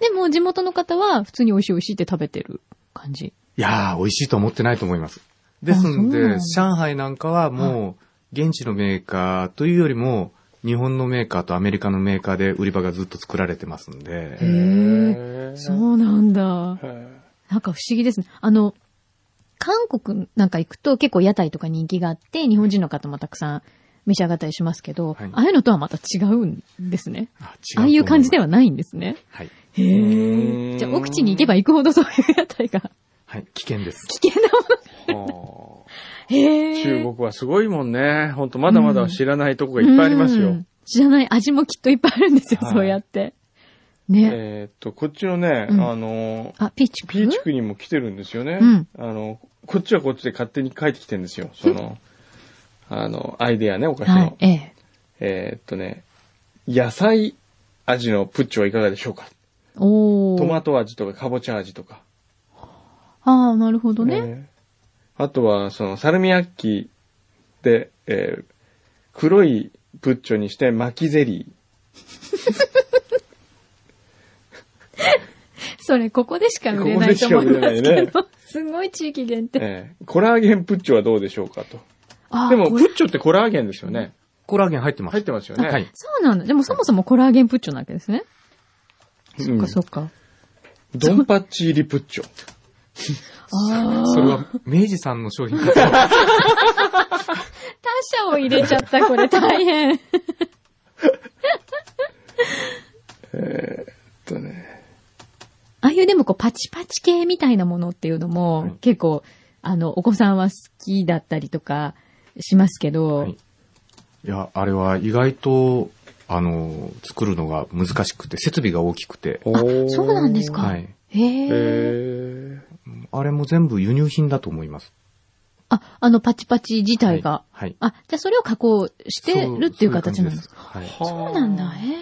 C: でも地元の方は普通に美味しい美味しいって食べてる感じ。
D: [laughs] いやー、美味しいと思ってないと思います。ですん
C: あそうな
D: で、
C: んだ
D: 上海なんかはもう、現地のメーカーというよりも、日本のメーカーとアメリカのメーカーで売り場がずっと作られてますん
C: へ
D: で、
C: え
B: へー
C: そうなんだ。
B: へー
C: なんか不思議ですね。あの、韓国なんか行くと結構屋台とか人気があって、日本人の方もたくさん召し上がったりしますけど、
D: はい
C: ああいうのとはまた違うんですね。
D: あ
C: ああいう感じで
D: は。
C: はないんですね。
D: はい。
C: へ
B: う
C: え。
B: ん
C: じゃあ、奥地に行けば行くほどそういう屋台が
D: はい、危険です。
C: 危険なもの。
B: はあ
C: へえ。
B: 中国はすごいもんね。ほんと、まだまだ知らないとこがいっぱいあります
C: う
B: よ
C: ん。。知らない味もきっといっぱいあるんですよ、
B: はい
C: そうやって。ね。
B: えーっと、こっちのね、
C: うん
B: あの、
C: あ、ピーチク
B: ピーチクにも来てるんですよね。
C: うん
B: あの、こっちはこっちで勝手に書いてきてるんですよ。その、あの、アイデアね、お菓子の。
C: はい、ええ。
B: えーっとね、野菜味のプッチョはいかがでしょうか
C: おー。
B: トマト味とかかぼちゃ味とか。
C: ああ、なるほどね。
B: えーあとは、その、サルミアッキで、えー黒いプッチョにして巻きゼリー。
C: それ、ここでしか売れないと思います
B: ここでしか売れな
C: け
B: いね
C: ど。 [laughs] すごい地域限定。
B: えーコラーゲンプッチョはどうでしょうかと。
C: ああ、
B: でも、
C: こ
B: プ
C: れ
B: ッチョってコラーゲンですよね。
D: コラーゲン入ってます。
B: 入ってますよね。
D: はい。
C: そうなんだ。でもそもそもコラーゲンプッチョなわけですね。
B: うん
C: そっかそっか。
B: ドンパッチ入りプッチョ。
C: ああ。
D: それは、明治さんの商品か
C: 他社を入れちゃった、これ大
B: [laughs]
C: 変。
B: えっとね。
C: ああいうでもこうパチパチ系みたいなものっていうのも、
D: はい
C: 結構、あの、お子さんは好きだったりとかしますけど、
D: はいいや、あれは意外と、あの、作るのが難しくて、設備が大きくて、
B: あ
C: そうなんですか
D: はい。
C: へえ。
B: へえ。
D: あれも全部輸入品だと思います。
C: あ、あのパチパチ自体が。
D: はい。はい
C: あ、じゃあそれを加工して
D: そう
C: るっていう形なんです
D: そういう感じですはい。
C: そう
B: そう
C: なんだ、。へえ。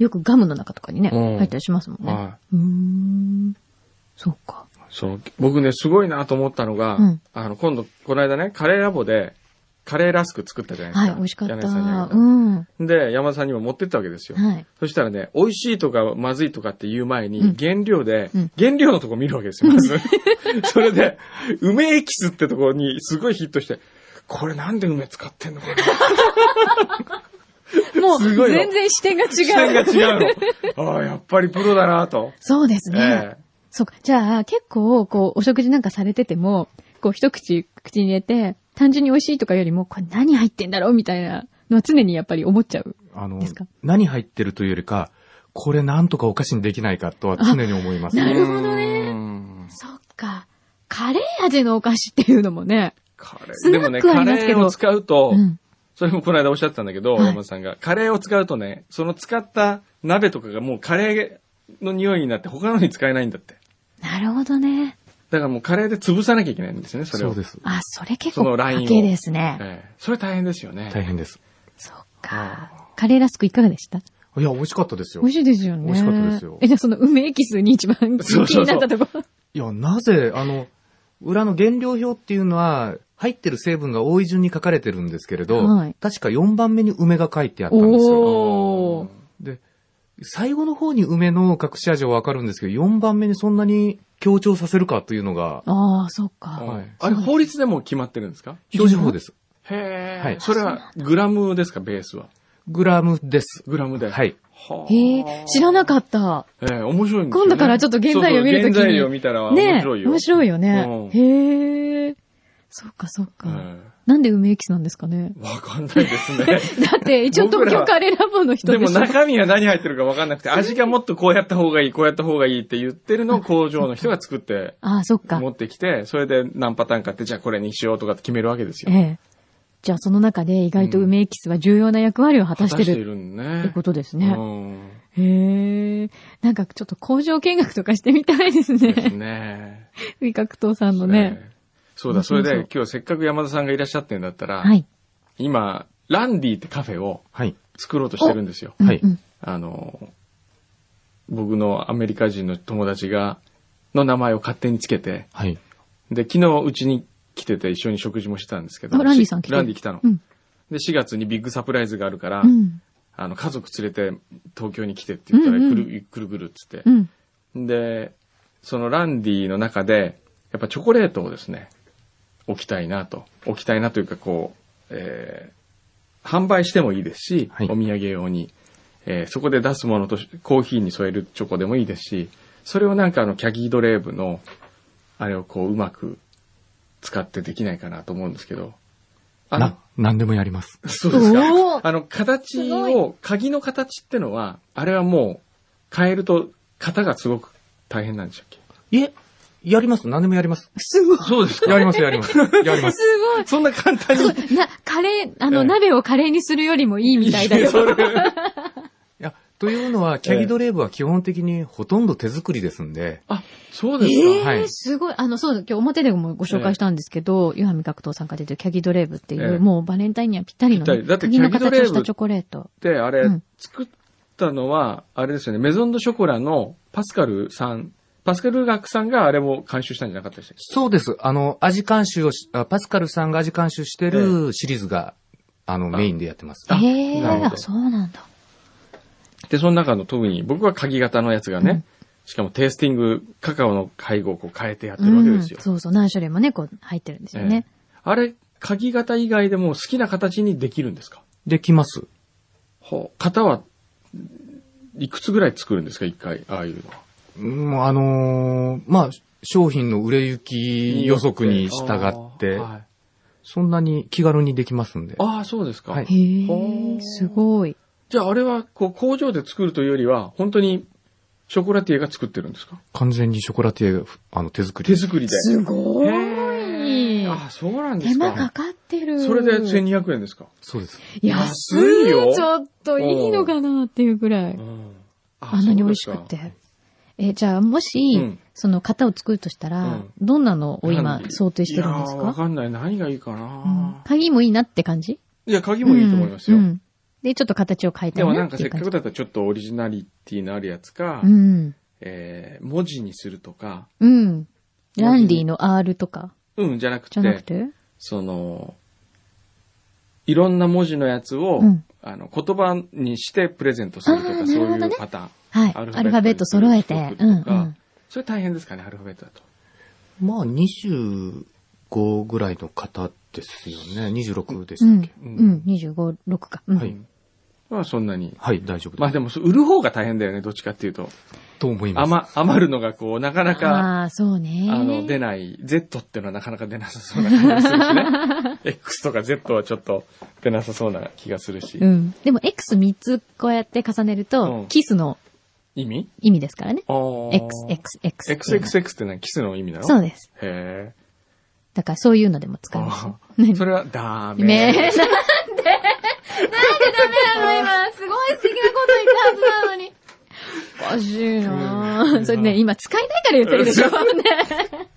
C: よくガムの中とかにね、
B: うん
C: 入ったりしますもんね。
B: は
C: うーん。そうか。
B: い。その、僕ね、すごいなと思ったのが、
C: うん
B: あの、今度、この間ね、カレーラボで、カレーラスク作ったじゃないです
C: は
B: か。
C: い、美味しかった。
B: 柳田さんにあげ
C: う
B: た
C: ん。
B: で、山田さんにも持ってったわけですよ。
C: はい。
B: そしたらね、美味しいとかまずいとかって言う前に、
C: うん
B: 原料で、
C: うん
B: 原料のとこ見るわけですよ、まず。 [laughs] それで、梅エキスってとこにすごいヒットして、これなんで梅使ってんのかな
C: もう、
B: [laughs] すごいの
C: 全然視点が違う。
B: 視点が違うの。ああ、やっぱりプロだなと。
C: そうですね。
B: ええ
C: そうか。じゃあ、結構、こう、お食事なんかされてても、こう、一口口に入れて、単純に美味しいとかよりも、これ何入ってんだろうみたいなのは常にやっぱり思っちゃう。
D: あの
C: ですか、
D: 何入ってるというよりか、これなんとかお菓子にできないかとは常に思います。
C: なるほどね。
B: ね。
C: そっか。カレー味のお菓子っていうのもね。
B: カレ
C: ス
B: ー。
C: ナ
B: で
C: ッ
B: もね、
C: クはあ
B: カ
C: りますけど
B: レーを使うと、
C: うん。
B: それもこの間おっしゃってたんだけど、
C: はい
B: 山田さんが、カレーを使うとね、その使った鍋とかがもうカレーの匂いになって他のに使えないんだって。
C: なるほどね。
B: だからもうカレーで潰さなきゃいけないんですよね、それ
D: そ
B: を。
D: うです。
C: あ、それ結
B: そ
C: 構
B: のラインを
C: 賭けですね。
B: ええそれ大変ですよね。
D: 大変です。
C: そっか。カレーラスクいかがでした
D: いや、美味しかったですよ
C: 美。味しいですよね。
D: 美味しかったですよ
C: え、じゃあその梅エキスに一番気
B: そうそうそう
C: になったところ。
D: いや、なぜ、あの、裏の原料表っていうのは、入ってる成分が多い順に書かれてるんですけれど、
C: はい
D: 確か4番目に梅が書いてあったんですよ。
C: おー。
D: で、最後の方に梅の隠し味はわかるんですけど、4番目にそんなに強調させるかというのが、
C: ああ、そっ
B: うん
C: か。
D: はい
B: あれ法律でも決まってるんですか
D: 表示法です。
B: へえ、
D: はい
B: それはグラムですか、ベースは。
D: グラムです。
B: グラムで。。
D: はいい。
C: へえ、知らなかった。
B: ええ面白いんですよ、ね。
C: 今度からちょっと原材料見るときに
B: そうそう原材料見たら面
C: ねえ、
B: 白いよ。
C: 面白いよね。
B: うん
C: へえ。そっかそっか。
B: え
C: なんで梅エキスなんですかね
B: え。わかんないです
C: [laughs]
B: ね。
C: だって、一応
B: 僕
C: 東
B: ら
C: 京カレーラボの人
B: で
C: で
B: も
C: しょ。
B: 中身は何入ってるか分かんなくて、味がもっとこうやった方がいい、こうやった方がいいって言ってるのを工場の人が作って、
C: ああ、そっか。
B: 持ってきて、それで何パターンかって、じゃあこれにしようとかって決めるわけですよ。
C: ええ。じゃあその中で意外と梅エキスは重要な役割を果たしてる
B: るん
C: って
B: ね。
C: ことです
B: う
C: ね。
B: ん。
C: へえ。なんかちょっと工場見学とかしてみたいです
B: です
C: ね。 [laughs]
B: ね。
C: 味覚糖さんのね。
B: ええそうだ、それ
C: 面
B: で
C: 白
B: 今日せっかく山田さんがいらっしゃってんだったら、
C: はい。
B: 今、ランディってカフェを
D: はい。
B: 作ろうとしてるんですよ。
D: はい
C: うんうん
B: あの、僕のアメリカ人の友達が、の名前を勝手につけて、
D: はい。
B: で、昨日うちに来てて一緒に食事もしてたんですけど。
C: あランディさん来てる
B: ランディ来たの。
C: うん。
B: で、4月にビッグサプライズがあるから、
C: うん。
B: あの、家族連れて東京に来てって言ったら、
C: うんうん
B: くる、くるくるっつって
C: う、ん。
B: で、そのランディの中で、やっぱチョコレートをですね、置きたいなと。置きたいなというか、こう、えー販売してもいいですし、
D: はい
B: お土産用に。えーそこで出すものとしコーヒーに添えるチョコでもいいですし、それをなんかあの、キャギードレーブの、あれをこう、うまく使ってできないかなと思うんですけど。あの
D: な、何でもやります。
B: そうです
C: お
B: か
C: ー。
B: あの、形を、鍵の形ってのは、あれはもう、変えると、型がすごく大変なんでしたっけ
D: いえ、やります。何でもやります。
C: すごい。
B: そうです
D: [laughs] やります、やり [laughs] ます。やります。
C: すごい。
B: そんな簡単に。
C: な、カレー、あの、
B: ええ
C: 鍋をカレーにするよりもいいみたいだよ。
B: [laughs] それ
D: いや、というのは、キャギドレーブは基本的にほとんど手作りですんで、
B: あ、そうですか。
C: ええ
D: はい
C: すごい。あの、そう、今日表でもご紹介したんですけど、湯波格闘さんが出てるキャギドレーブっていう、
B: ええ
C: もうバレンタインにはぴったりの、
B: ぴったりだって
C: 鍵の
B: キャギ
C: 形
B: ドレー
C: を
B: ブ
C: したチョコレート。
B: で、あれ
C: うん、
B: 作ったのは、あれですよね、メゾンドショコラのパスカルさん、パスカル学さんがあれも監修したんじゃなかったでしたっけ
D: そうです。あの、味監修をしあパスカルさんが味監修してるシリーズが、あの、メインでやってます。
B: あ
C: ええ
B: なるほど
C: そうなんだ。
B: で、その中の特に、僕は鍵型のやつがね、しかもテイスティング、カカオの配合をこう変えてやってるわけですよ。
C: そうそう、何種類もね、こう、入ってるんですよね
B: え。えあれ、鍵型以外でも好きな形にできるんですか
D: できます。
B: ほう。型は、いくつぐらい作るんですか一回、ああいうのは。
D: うん、あのーまあ、商品の売れ行き予測に従って、
B: はい
D: そんなに気軽にできますんで。
B: ああ、そうですか。
D: はい
C: へ
B: ほ
C: え、
B: う
C: すごい。
B: じゃああれは、こう、工場で作るというよりは、本当に、ショコラティエが作ってるんですか
D: 完全にショコラティエが、あの、手作り
B: 手
D: です。
B: 作りで。
C: すご
B: へ
C: い
B: ー。ああ、そうなんで
C: 手
B: すか。
C: 間かかってる。
B: それで1200円ですか。
D: そうです。
C: 安
B: 安
C: い
B: い
C: よ。
B: よ
C: ちょっといいのかなっていうぐらい。あんなに美味しくて。え、じゃあ、もし、
B: うん
C: その型を作るとしたら、
B: うん
C: どんなのを今
B: 何
C: 想定してるんです
B: いやーわ
C: か、
B: かんない。何がいいか
C: うん
B: な、
C: 鍵もいいなって感じ
B: いや、鍵もいいと思いますよ。
C: うんうんで、ちょっと形を変えた
B: で
C: い
B: も
C: な
B: な
C: っ
B: んか
C: てい
B: せっ
C: う
B: か
C: 感じ。
B: くだったらちょっとオリジナリティのあるやつか、
C: うん。
B: えー、文字にするとか、
C: うん。ランディの R とか、
B: うん、じゃなく
C: じゃなく
B: て、
C: て
B: その、いろんな文字のやつを、
A: うん
B: あの、言葉にしてプレゼントすると
A: あー
B: か、そう
A: ないるほど
B: う
A: ね
B: パターン。
A: はい。アルファベット揃えて。う、
B: うんん、
A: うん。
B: それ大変ですかね、アルファベットだと。
D: まあ、25ぐらいの方ですよね。26でしたっけ、
B: うん
A: うん、25、6か。うん。
D: はい。
B: まあそんなに。
D: はい、大丈夫です。
B: まあでも、売る方が大変だよね、どっちかっていうと。
D: と思います。
B: 余、余るのがこう、なかなか、
A: ああ、そうね。
B: あの、出ない、Z っていうのはなかなか出なさそうな感じがするし
C: [laughs]
B: ね。X とか Z はちょっと出なさそうな気がするし。
C: うん。でも X3 つこうやって重ねると、
B: うん
C: キスの
B: 意味
C: 意味ですからね。
B: ああ。
C: X、X、X。
B: XXX って何キスの意味なの
C: そう
B: へ
C: です。
B: え。
C: だからそういうのでも使います
B: あ
C: ね。
B: ーそれはダ
C: ねえ、なんでな
B: メ
C: ん。でダメなの今。すごい素敵なこと言ったはずなのに。おかしいなぁ。それね、今使えないから言ってるでしょ。ね。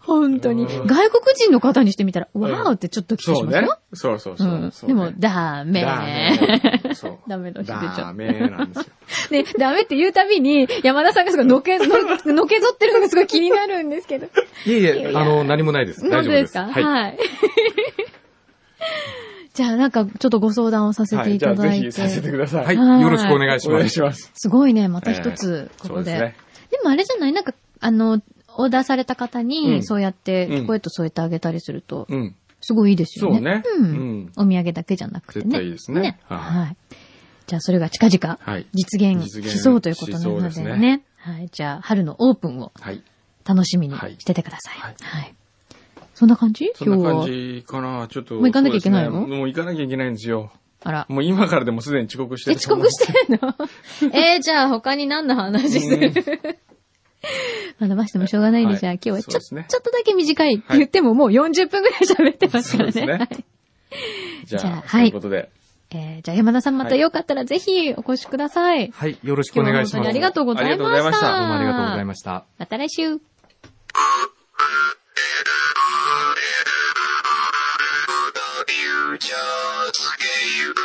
C: 本当に。
B: う
C: 外
B: ん
C: 国人の方にしてみたら、
B: ん
C: わーってちょっと来てし
B: そう
C: まう
B: ね
C: よ。。
B: そうそう
C: う
B: そう。
C: ん
B: そう
C: でも、
B: ね
C: ダメ。
B: ダメ。そう。
C: [laughs] ダメの日出ちゃった
B: ダメなんですよ。
C: ね、ダメって言うたびに、山田さんがすごいのけ、ののけぞってるのがすごい気になるんですけど。
D: いえい
C: いや
D: え
C: い、や
D: あの、何もないです。
C: 本
D: 大
C: 当
D: 丈夫で。
C: ですすか
D: はい。
C: はい。 [laughs] じゃあ、なんか、ちょっとご相談をさせ
B: は
C: て
B: い。
C: い
B: じゃ
C: た
B: あぜ
C: だいて。
B: ひさせてください。
D: はい。
C: はい
D: よろしくお願いし
B: お
D: ま
B: 願
D: す
B: い。します。
C: すごいね、また一つ、ここで。
B: そう
C: で
B: ですね
C: もあれじゃないなんか、あの、オーダーされた方
B: う
C: に、
B: ん
C: そうやって、
B: うん
C: チョコレート添えてあげたりすると、
B: うん。
C: すごいいいですよね。
B: そうね
C: ん
B: うん
C: お土産だけじゃなくてね。
B: 絶対いいですねはい
C: はい。じゃあ、それが近々、
B: はい
C: 実現
B: 実現
C: しそうということなの
B: し
C: で
B: そう
C: ね。
B: ですね
C: はい。じゃあ、春のオープンを
B: はい。
C: 楽しみにしててください。はい。そんな感じ
B: そ
C: 今
B: ん
C: 日
B: な感
C: は。
B: じかな。ちょっと。
C: もう行かなきゃいけないの
B: そうですねもう行かなきゃいけないんですよ。
C: あら。
B: もう今からでもすでに遅刻して
C: え、
B: ると
C: 遅
B: 思う
C: 刻してんの [laughs] えー、じゃあ他に何の話する、まあ伸ばしてもしょうがないんで、じゃあ
B: はい
C: 今日はちょ,、
B: そうですね
C: ちょっとだけ短いって言ってももう40分くらい喋ってますから
B: そうです
C: ね。
B: ね
C: はいじ
B: じ
C: ゃ
B: ゃ
C: あ
B: あ、
C: は
B: はいい。ということで。
C: えー、じゃあ山田さんまたよかったらぜひお越しください。
D: はい、よろしくお
C: 今日は
D: 願い
C: 本
D: し
C: 当
D: ま
C: に
D: す。
C: ありがとうございました。
B: ありがとうございました
D: どうもありがとうございま
C: し
D: した。
C: た。また来週。
E: Future Skate.